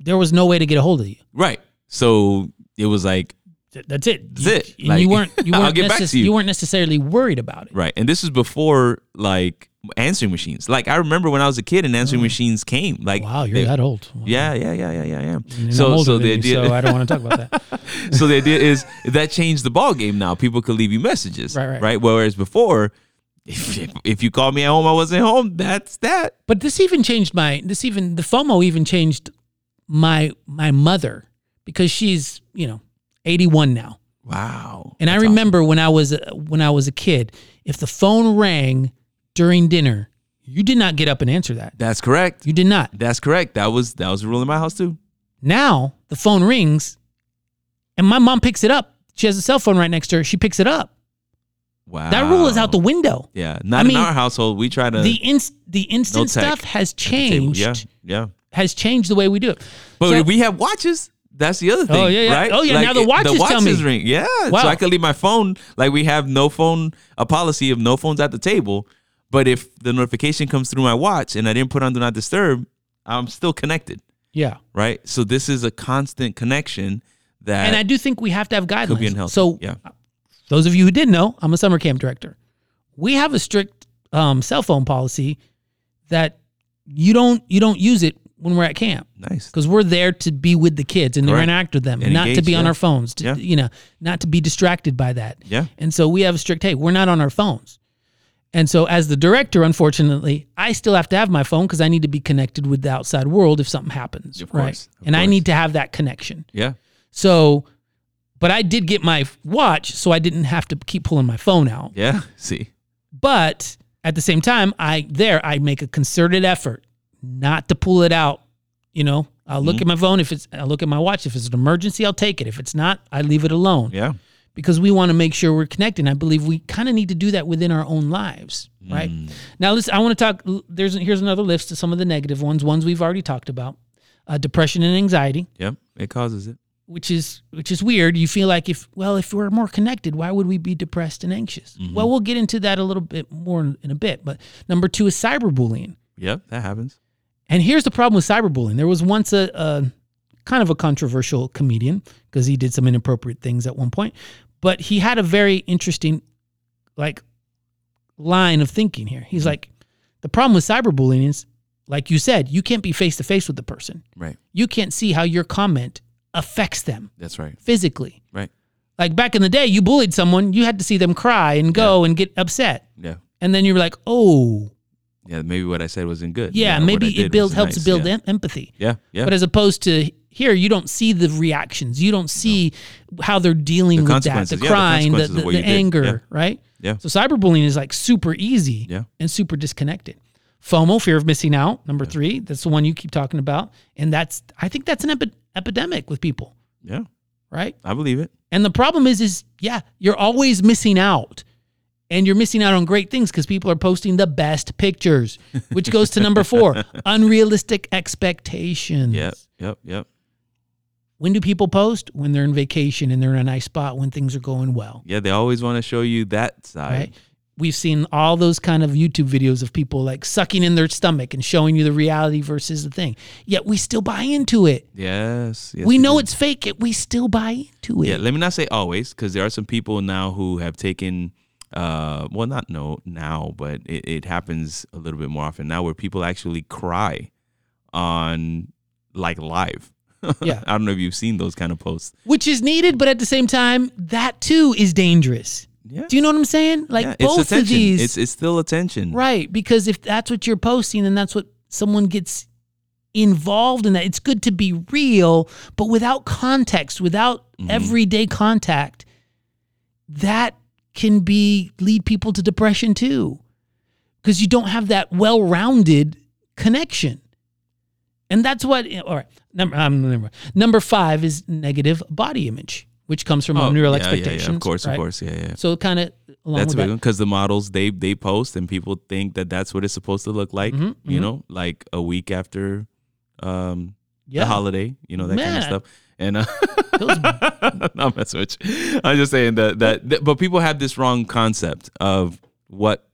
there was no way to get a hold of you. right so it was like Th- That's it. That's you, it. and Like, you weren't you I'll weren't, get back necess- to you. you weren't necessarily worried about it. right and this is before like answering machines like i remember when i was a kid and answering machines came like Wow, you're they- that old. Wow. yeah yeah yeah yeah yeah yeah I mean, I'm so older so than the you, idea so I don't want to talk about that. so the idea is that changed the ball game now. People could leave you messages, Right, right. Whereas before, if, if you called me at home, I wasn't home. That's that. But this even changed my this even the FOMO even changed my my mother because she's you know 81 now Wow. and i remember when i was a- when i was a kid if the phone rang during dinner you did not get up and answer that That's correct. you did not That's correct. That was that was a rule in my house too. now the phone rings and my mom picks it up she has a cell phone right next to her she picks it up Wow. that rule is out the window Yeah. Not I in mean, our household. We try to the inst- the instant tech stuff has table. changed Yeah. Yeah. has changed the way we do it But So- we have watches. That's the other thing. Oh, yeah, yeah. Right? Oh, yeah, now the it- watches the tell watches me. ring. Yeah. Wow. So I could leave my phone. Like we have no phone a policy of no phones at the table. But if the notification comes through my watch and I didn't put on do not disturb, I'm still connected. yeah Right. So this is a constant connection that and I do think we have to have guidelines. could be unhealthy. So, yeah. those of you who didn't know, I'm a summer camp director. We have a strict um, cell phone policy that you don't you don't use it when we're at camp Nice. because we're there to be with the kids and to Correct. interact with them, And not to engage, be on yeah. our phones. To, Yeah. You know, not to be distracted by that. Yeah. And so we have a strict hey, we're not on our phones. And so as the director, unfortunately, I still have to have my phone because I need to be connected with the outside world if something happens. Of right. course, of and I course. need to have that connection. Yeah. So, but I did get my watch, so I didn't have to keep pulling my phone out. Yeah. See. But at the same time, I there I make a concerted effort not to pull it out. You know, I'll look at my phone if it's I'll look at my watch. If it's an emergency, I'll take it. If it's not, I leave it alone. Yeah. Because we want to make sure we're connected. I believe we kind of need to do that within our own lives. Right. Now listen, I want to talk there's here's another list of some of the negative ones, ones we've already talked about. Uh, depression and anxiety Yep. It causes it. which is which is weird. You feel like if well, if we're more connected, why would we be depressed and anxious? Well, we'll get into that a little bit more in, in a bit. But number two is cyberbullying, Yep. That happens. and here's the problem with cyberbullying. There was once a, a kind of a controversial comedian because he did some inappropriate things at one point, but he had a very interesting like line of thinking here. He's like, the problem with cyberbullying is, like you said, you can't be face to face with the person. Right. You can't see how your comment affects them That's right. physically. Right. Like back in the day, you bullied someone, you had to see them cry and go and get upset. Yeah. And then you were like, oh, Yeah. Maybe what I said wasn't good. yeah, what I maybe did it builds wasn't helps nice. build yeah. em- empathy. Yeah. Yeah. But as opposed to here, you don't see the reactions. You don't see how they're dealing The with that, the consequences, yeah, the crying, the, consequences of the, what the you did, anger, yeah. right? Yeah. So cyberbullying is like super easy Yeah. and super disconnected. FOMO, fear of missing out, number three. That's the one you keep talking about. And that's, I think that's an epi- epidemic with people, yeah. right? I believe it. And the problem is, is yeah, you're always missing out. And you're missing out on great things because people are posting the best pictures, which goes to number four unrealistic expectations. Yep. Yep. Yep. When do people post? When they're in vacation and they're in a nice spot, when things are going well, Yeah, they always want to show you that side. right? We've seen all those kind of YouTube videos of people like sucking in their stomach and showing you the reality versus the thing. Yet we still buy into it. Yes, yes. we it know is. it's fake, yet we still buy into it. Yeah, let me not say always, because there are some people now who have taken, uh, well, not no now, but it, it happens a little bit more often now where people actually cry on like live. Yeah. I don't know if you've seen those kind of posts. Which is needed, but at the same time, that too is dangerous. Yeah, Do you know what I'm saying? Like yeah, both it's attention. of these, it's it's still attention. right? Because if that's what you're posting, and that's what someone gets involved in that. It's good to be real, but without context, without Mm-hmm. everyday contact, that can be lead people to depression too, because you don't have that well-rounded connection. And that's what. eh, All right, number um, number number five is negative body image, which comes from Oh, our neural yeah, yeah, expectations. Yeah, of course, right? of course. Yeah, yeah. So kind of along that's a with big that. one because the models they they post and people think that that's what it's supposed to look like. Mm-hmm, you know, like a week after um, Yeah. the holiday. You know that kind Man. of stuff. And uh, Those- not messing with you. I'm just saying that, that that. But people have this wrong concept of what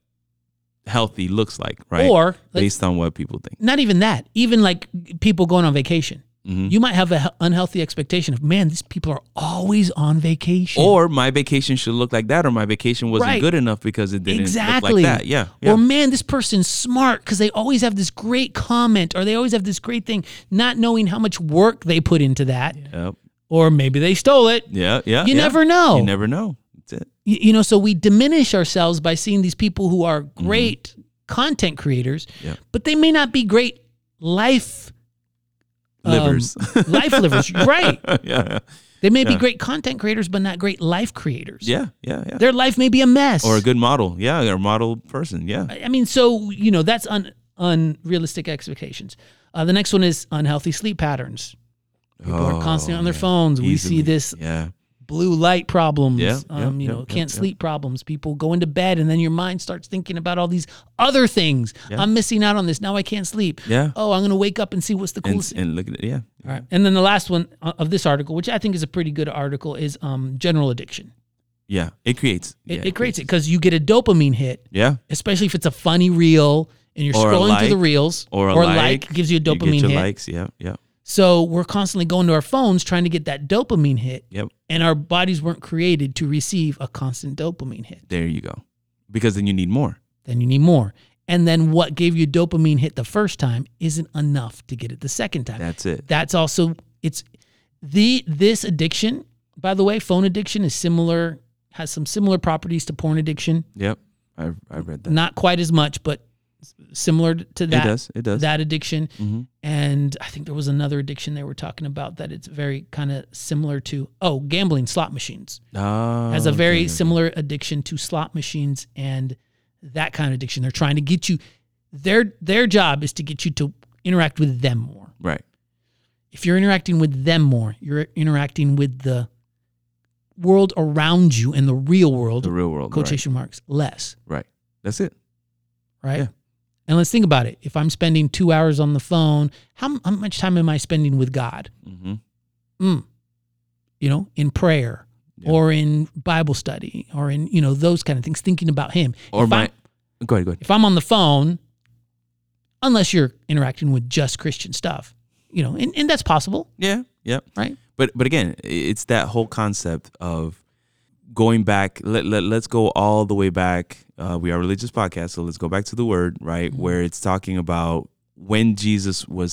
healthy looks like, right? Or like, based on what people think. not even that. Even like people going on vacation, Mm-hmm. you might have an unhealthy expectation of man, these people are always on vacation. Or my vacation should look like that, or my vacation wasn't Right. good enough because it didn't exactly look like that. Yeah, yeah. Or man, this person's smart because they always have this great comment or they always have this great thing, not knowing how much work they put into that. Yep. Or maybe they stole it. yeah, yeah. You yeah. never know. You never know. That's it. Y- you know so we diminish ourselves by seeing these people who are great content creators Mm-hmm. Yeah. but they may not be great life livers. Um, life livers, right? yeah, yeah, They may be Yeah. great content creators, but not great life creators. yeah, yeah, yeah. Their life may be a mess. Or a good model. Yeah, or a model person. Yeah. I mean, so you know that's un, unrealistic expectations. Uh, the next one is unhealthy sleep patterns. People are constantly on their phones. We see Oh, Easily. this Yeah. blue light problems. Yeah, um, yeah, you know, yeah, can't yeah, yeah. sleep problems. People go into bed and then your mind starts thinking about all these other things. Yeah. I'm missing out on this. Now I can't sleep. Yeah. Oh, I'm gonna wake up and see what's the coolest And, and look at it. Yeah. All right. And then the last one uh, of this article, which I think is a pretty good article, is um, general addiction. Yeah. It creates. It, yeah, it creates it because you get a dopamine hit, Yeah. especially if it's a funny reel and you're Or a scrolling through the like, reels Or a like, like, gives you a You dopamine get your hit. likes. Yeah. Yeah. So we're constantly going to our phones trying to get that dopamine hit, Yep. and our bodies weren't created to receive a constant dopamine hit. There you go. Because then you need more. Then you need more. And then what gave you a dopamine hit the first time isn't enough to get it the second time. That's it. that's also it's the this addiction by the way phone addiction is similar has some similar properties to porn addiction Yep. I I read that. not quite as much but s- similar to that it does. It does. that addiction hmm and i think there was another addiction they were talking about that it's very kind of similar to oh gambling slot machines Oh, has a very okay, okay. similar addiction to slot machines and that kind of addiction they're trying to get you their their job is to get you to interact with them more Right. if you're interacting with them more, you're interacting with the world around you and the real world, The real world. Right. quotation marks, less, right. That's it. right? Yeah. And let's think about it. If I'm spending two hours on the phone, how, how much time am I spending with God? Mm-hmm. Mm. You know, in prayer Yeah. or in Bible study or in, you know, those kind of things, thinking about Him. Or if, my. I'm, Go ahead. Go ahead. if I'm on the phone, unless you're interacting with just Christian stuff, you know, and, and that's possible, Yeah. Yep. right? uh, uh,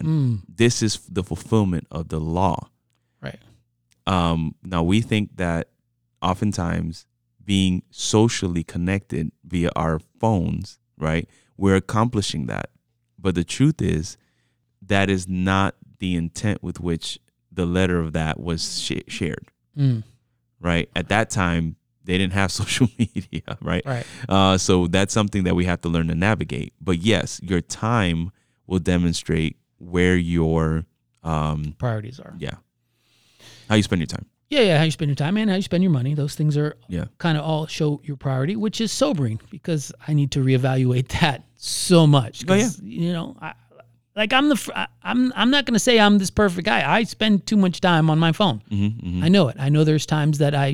Mm. this is the fulfillment of the law Right. um, now we think that oftentimes being socially connected via our phones, right? We're accomplishing that. But the truth is that is not the intent with which the letter of that was sh- shared, Mm. right? At that time, they didn't have social media, right? Right. Uh, so that's something that we have to learn to navigate. But yes, your time will demonstrate where your um, Priorities are. yeah how you spend your time. Yeah, yeah. How you spend your time and how you spend your money. Those things are Yeah. kind of all show your priority, which is sobering because I need to reevaluate that so much. Oh, yeah. 'Cause, You know, I, like I'm the fr- I- I'm I'm not gonna say I'm this perfect guy. I spend too much time on my phone. Mm-hmm, I know it. I know there's times that I,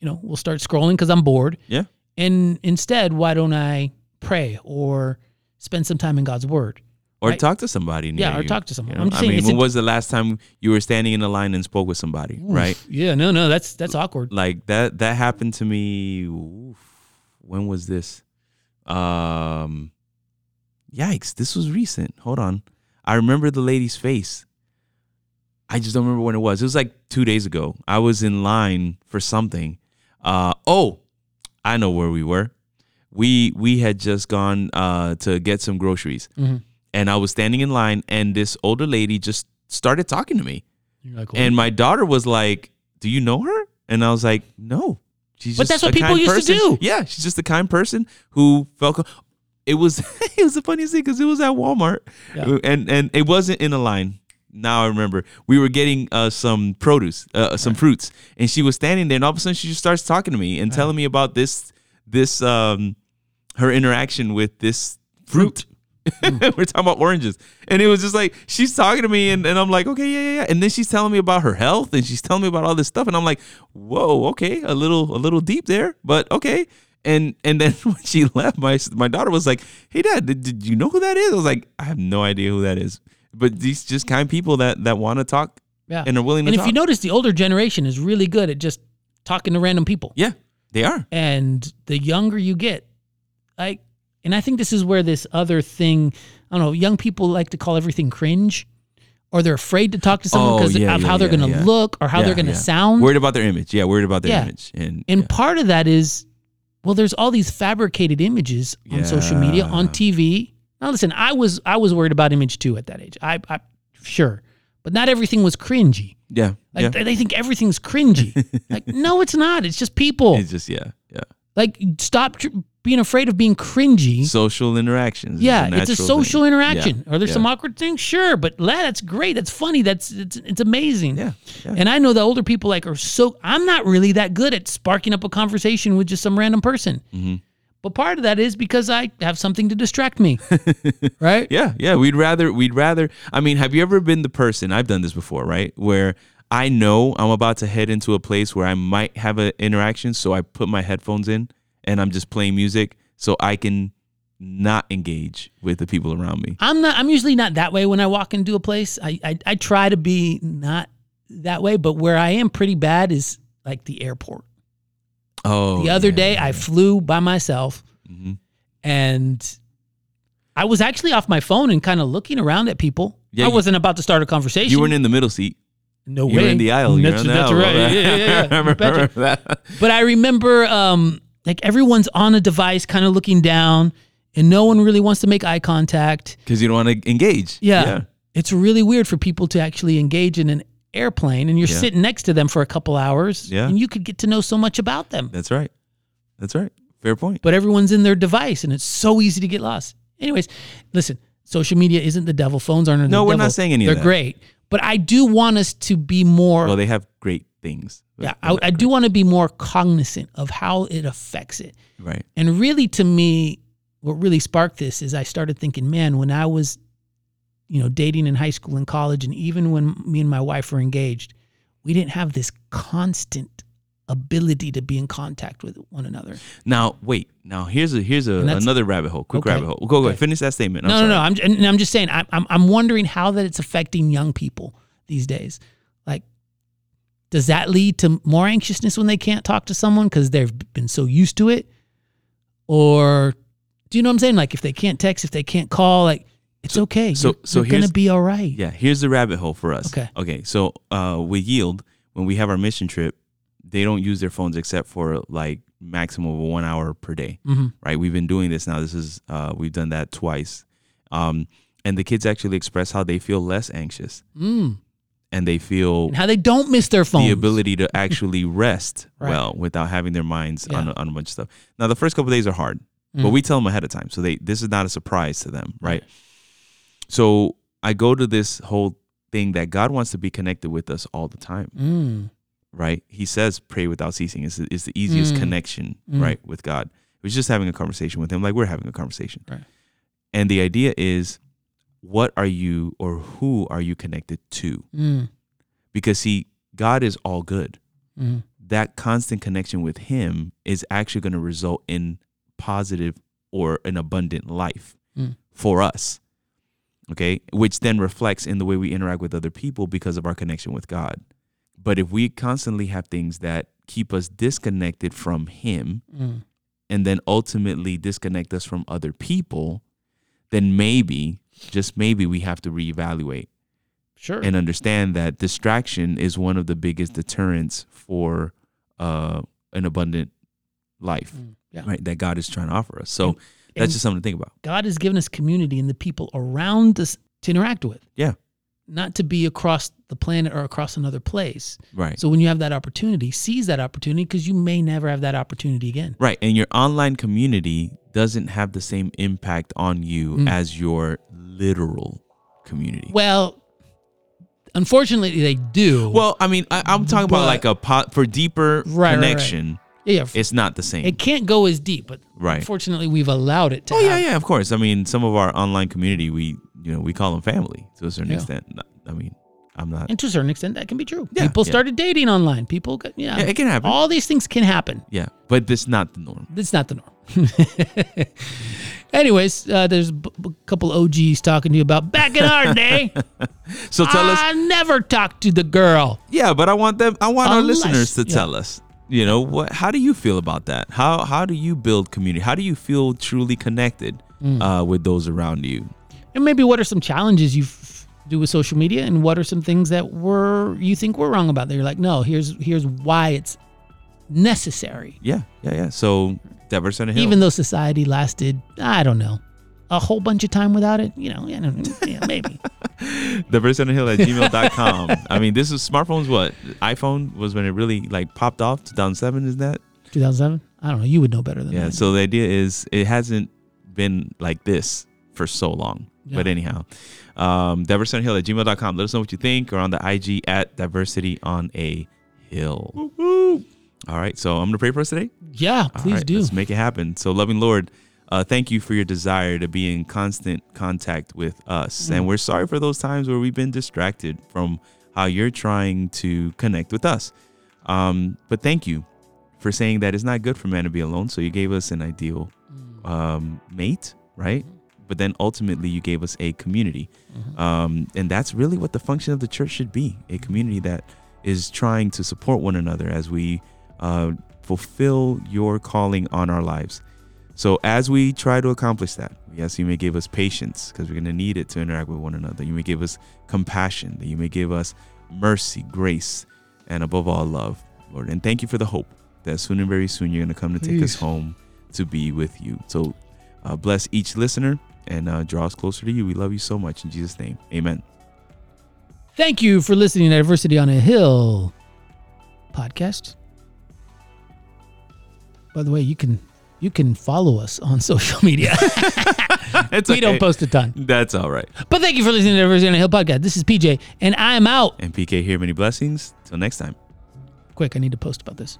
you know, will start scrolling because I'm bored. Yeah. And instead, why don't I pray or spend some time in God's Word? Or Right. talk to somebody. Near Yeah, or you, talk to someone. you know? I'm just I saying mean, it's when in- was the last time you were standing in a line and spoke with somebody, right? Yeah. No. No. That's that's awkward. Like that that happened to me oof, when was this? Um Yikes, this was recent. Hold on. I remember the lady's face. I just don't remember when it was. It was like 2 days ago. I was in line for something. Uh oh, I know where we were. We we had just gone uh to get some groceries Mhm. and I was standing in line, and this older lady just started talking to me. You're like, And my daughter was like, "Do you know her?" And I was like, "No." She's But just that's a what people kind used to person. do. Yeah, she's just a kind person who felt. co- It was it was the funniest thing because it was at Walmart, Uh, Yeah. and and it wasn't in a line. Now I remember we were getting uh, some produce, uh, some fruits, and she was standing there, and all of a sudden she just starts talking to me and telling me about this this um her interaction with this fruit. We're talking about oranges. And it was just like, she's talking to me, and, and I'm like, okay, yeah, yeah, yeah. And then she's telling me about her health and she's telling me about all this stuff. And I'm like, whoa, okay, a little, a little deep there, but okay. And and then when she left, my my daughter was like, hey, dad, did, did you know who that is? I was like, I have no idea who that is. But these just kind people that that want to talk Yeah. and are willing to and if talk. you notice, the older generation is really good at just talking to random people. yeah, they are. And the younger you get, like, and I think this is where this other thing, I don't know, young people like to call everything cringe or they're afraid to talk to someone Oh, because yeah, of yeah, how they're yeah, going to yeah. look or how Yeah, they're going to yeah. sound. Worried about their image. Yeah, worried about their Yeah. image. And, and yeah. part of that is, well, there's all these fabricated images on social media, on Yeah. TV. Now, listen, I was I was worried about image too at that age. I, I sure, but not everything was cringy. yeah, Like yeah. they- they think everything's cringy. like no, it's not. It's just people. It's just yeah, yeah. like stop tr- being afraid of being cringy. Social interactions. is Mm-hmm. yeah, it's a natural social thing. interaction. Are there yeah. some awkward things? Sure, but la, that's great. That's funny. That's it's, it's amazing. Yeah, yeah. And I know the older people like are so I'm not really that good at sparking up a conversation with just some random person. Mhm. But part of that is because I have something to distract me. right? Yeah, yeah. We'd rather we'd rather I mean, have you ever been the person I've done this before, right? Where I know I'm about to head into a place where I might have an interaction, so I put my headphones in and I'm just playing music so I can not engage with the people around me. I'm not I'm usually not that way when I walk into a place. I I, I try to be not that way, but where I am pretty bad is like the airport. Oh. the other yeah. day I flew by myself Mhm. and I was actually off my phone and kind of looking around at people. Yeah, I you- wasn't about to start a conversation. You weren't in the middle seat. no You way. were in the aisle. You were That's, on the that's aisle. right. Yeah, yeah, yeah. I You remember, betcha. that. But I remember um, like everyone's on a device, kind of looking down, and no one really wants to make eye contact. Because you don't want to engage. Yeah. It's really weird for people to actually engage in an airplane and you're Yeah. sitting next to them for a couple hours Yeah. and you could get to know so much about them. That's right. That's right. Fair point. But everyone's in their device and it's so easy to get lost. Anyways, listen, social media isn't the devil. Phones aren't the No, devil. we're not saying any of They're that. great. But I do want us to be more Well, they have great things. yeah, I, I do want to be more cognizant of how it affects it. Right. And really, to me, what really sparked this is I started thinking, man, when I was, you know, dating in high school and college, and even when me and my wife were engaged, we didn't have this constant ability to be in contact with one another. Now wait. Now here's a here's a, And that's- another rabbit hole. Quick Okay. rabbit hole. Go go. Okay. Finish that statement. I'm no, sorry. no, no. I'm and I'm just saying. I'm, I'm I'm wondering how that it's affecting young people these days. Like, does that lead to more anxiousness when they can't talk to someone because they've been so used to it, or do you know what I'm saying? Like, if they can't text, if they can't call, like it's okay. so- you're, so you're gonna here's- be all right. Yeah. Here's the rabbit hole for us. Okay. Okay. So uh, with yield, when we have our mission trip, they don't use their phones except for like maximum of one hour per day. Mhm. Right. We've been doing this now. This is uh, we've done that twice, um, and the kids actually express how they feel less anxious Mm. and they feel And how they don't miss their phone. the ability to actually rest Right. well without having their minds on, Yeah. on a bunch of stuff. Now, the first couple days are hard, but Mm. we tell them ahead of time, so they this is not a surprise to them, right? So I go to this whole thing that God wants to be connected with us all the time, Mm. right? He says, "Pray without ceasing." It's, it's the easiest Mm. connection, Mm. right, with God. It was just having a conversation with Him, like we're having a conversation, Right. and the idea is, what are you or who are you connected to? Mm. Because see, God is all good Mm. that constant connection with him is actually going to result in positive or an abundant life Mm. for us okay which then reflects in the way we interact with other people because of our connection with god but if we constantly have things that keep us disconnected from him Mm. and then ultimately disconnect us from other people then maybe just maybe we have to reevaluate Sure. and understand that distraction is one of the biggest deterrents for uh, an abundant life, Mm. Yeah. right? That God is trying to offer us. So And- that's and- just something to think about. God has given us community and the people around us to interact with. Yeah. Not to be across the planet or across another place. Right. So when you have that opportunity, seize that opportunity because you may never have that opportunity again. right. And your online community doesn't have the same impact on you as your literal community. Mm. Well, unfortunately, they do. Well, I mean, I, I'm talking But- about like a pot for deeper Right, right, right. connection. yeah, yeah, It's not the same. it can't go as deep, but Right. unfortunately, we've allowed it to. Oh yeah, happen. yeah, of course. I mean, some of our online community, we you know we call them family to a certain Yeah. extent. No, I mean, I'm not. And to a certain extent, that can be true. Yeah, People yeah. started dating online. People, got, yeah, Yeah, it can happen. All these things can happen. Yeah, but this not the norm. It's not the norm. Anyways, uh, there's a b- b- couple OGs talking to you about back in our day. So tell us, I never talked to the girl. yeah, but I want them. I want our Unless- listeners to yeah. tell us. You know what? How do you feel about that? How how do you build community? How do you feel Mm. truly connected uh, with those around you? And maybe what are some challenges you've to do with social media and what are some things that were you think we're wrong about that you're like no here's here's why it's necessary Yeah, yeah, yeah. So Devil's on a hill. even though society lasted i don't know a whole bunch of time without it you know I don't- yeah, maybe Devil's on a hill at gmail.com. I mean, this is smartphones. What iPhone was when it really like popped off. 2007 is that? 2007 i don't know you would know better than Yeah. that So the idea is it hasn't been like this for so long. But Yeah. anyhow, um, diversityonhill at gmail.com. Let us know what you think or on the IG at diversity on a hill. All right. So I'm going to pray for us today. yeah All please right, do Let's make it happen. So, loving Lord, uh, thank you for your desire to be in constant contact with us. Mm. And we're sorry for those times where we've been distracted from how you're trying to connect with us. Um, but thank you for saying that it's not good for man to be alone. So, you gave us an ideal Mm. um, mate, right? Mm-hmm. But then ultimately, you gave us a community. Um, and that's really what the function of the church should be a community that is trying to support one another as we uh, fulfill your calling on our lives. So, as we try to accomplish that, yes, you may give us patience because we're going to need it to interact with one another. You may give us compassion, that you may give us mercy, grace, and above all, love, Lord. And thank you for the hope that soon and very soon you're going to come to take us Please. home to be with you. So, uh, bless each listener and uh, draw us closer to you. We love you so much. In Jesus' name, amen. Thank you for listening to Diversity on a Hill podcast. By the way, you can you can follow us on social media. It's we okay. don't post a ton. That's all right. But thank you for listening to Diversity on a Hill podcast. This is PJ, and I'm out. And PK here, many blessings. Till next time. Quick, I need to post about this.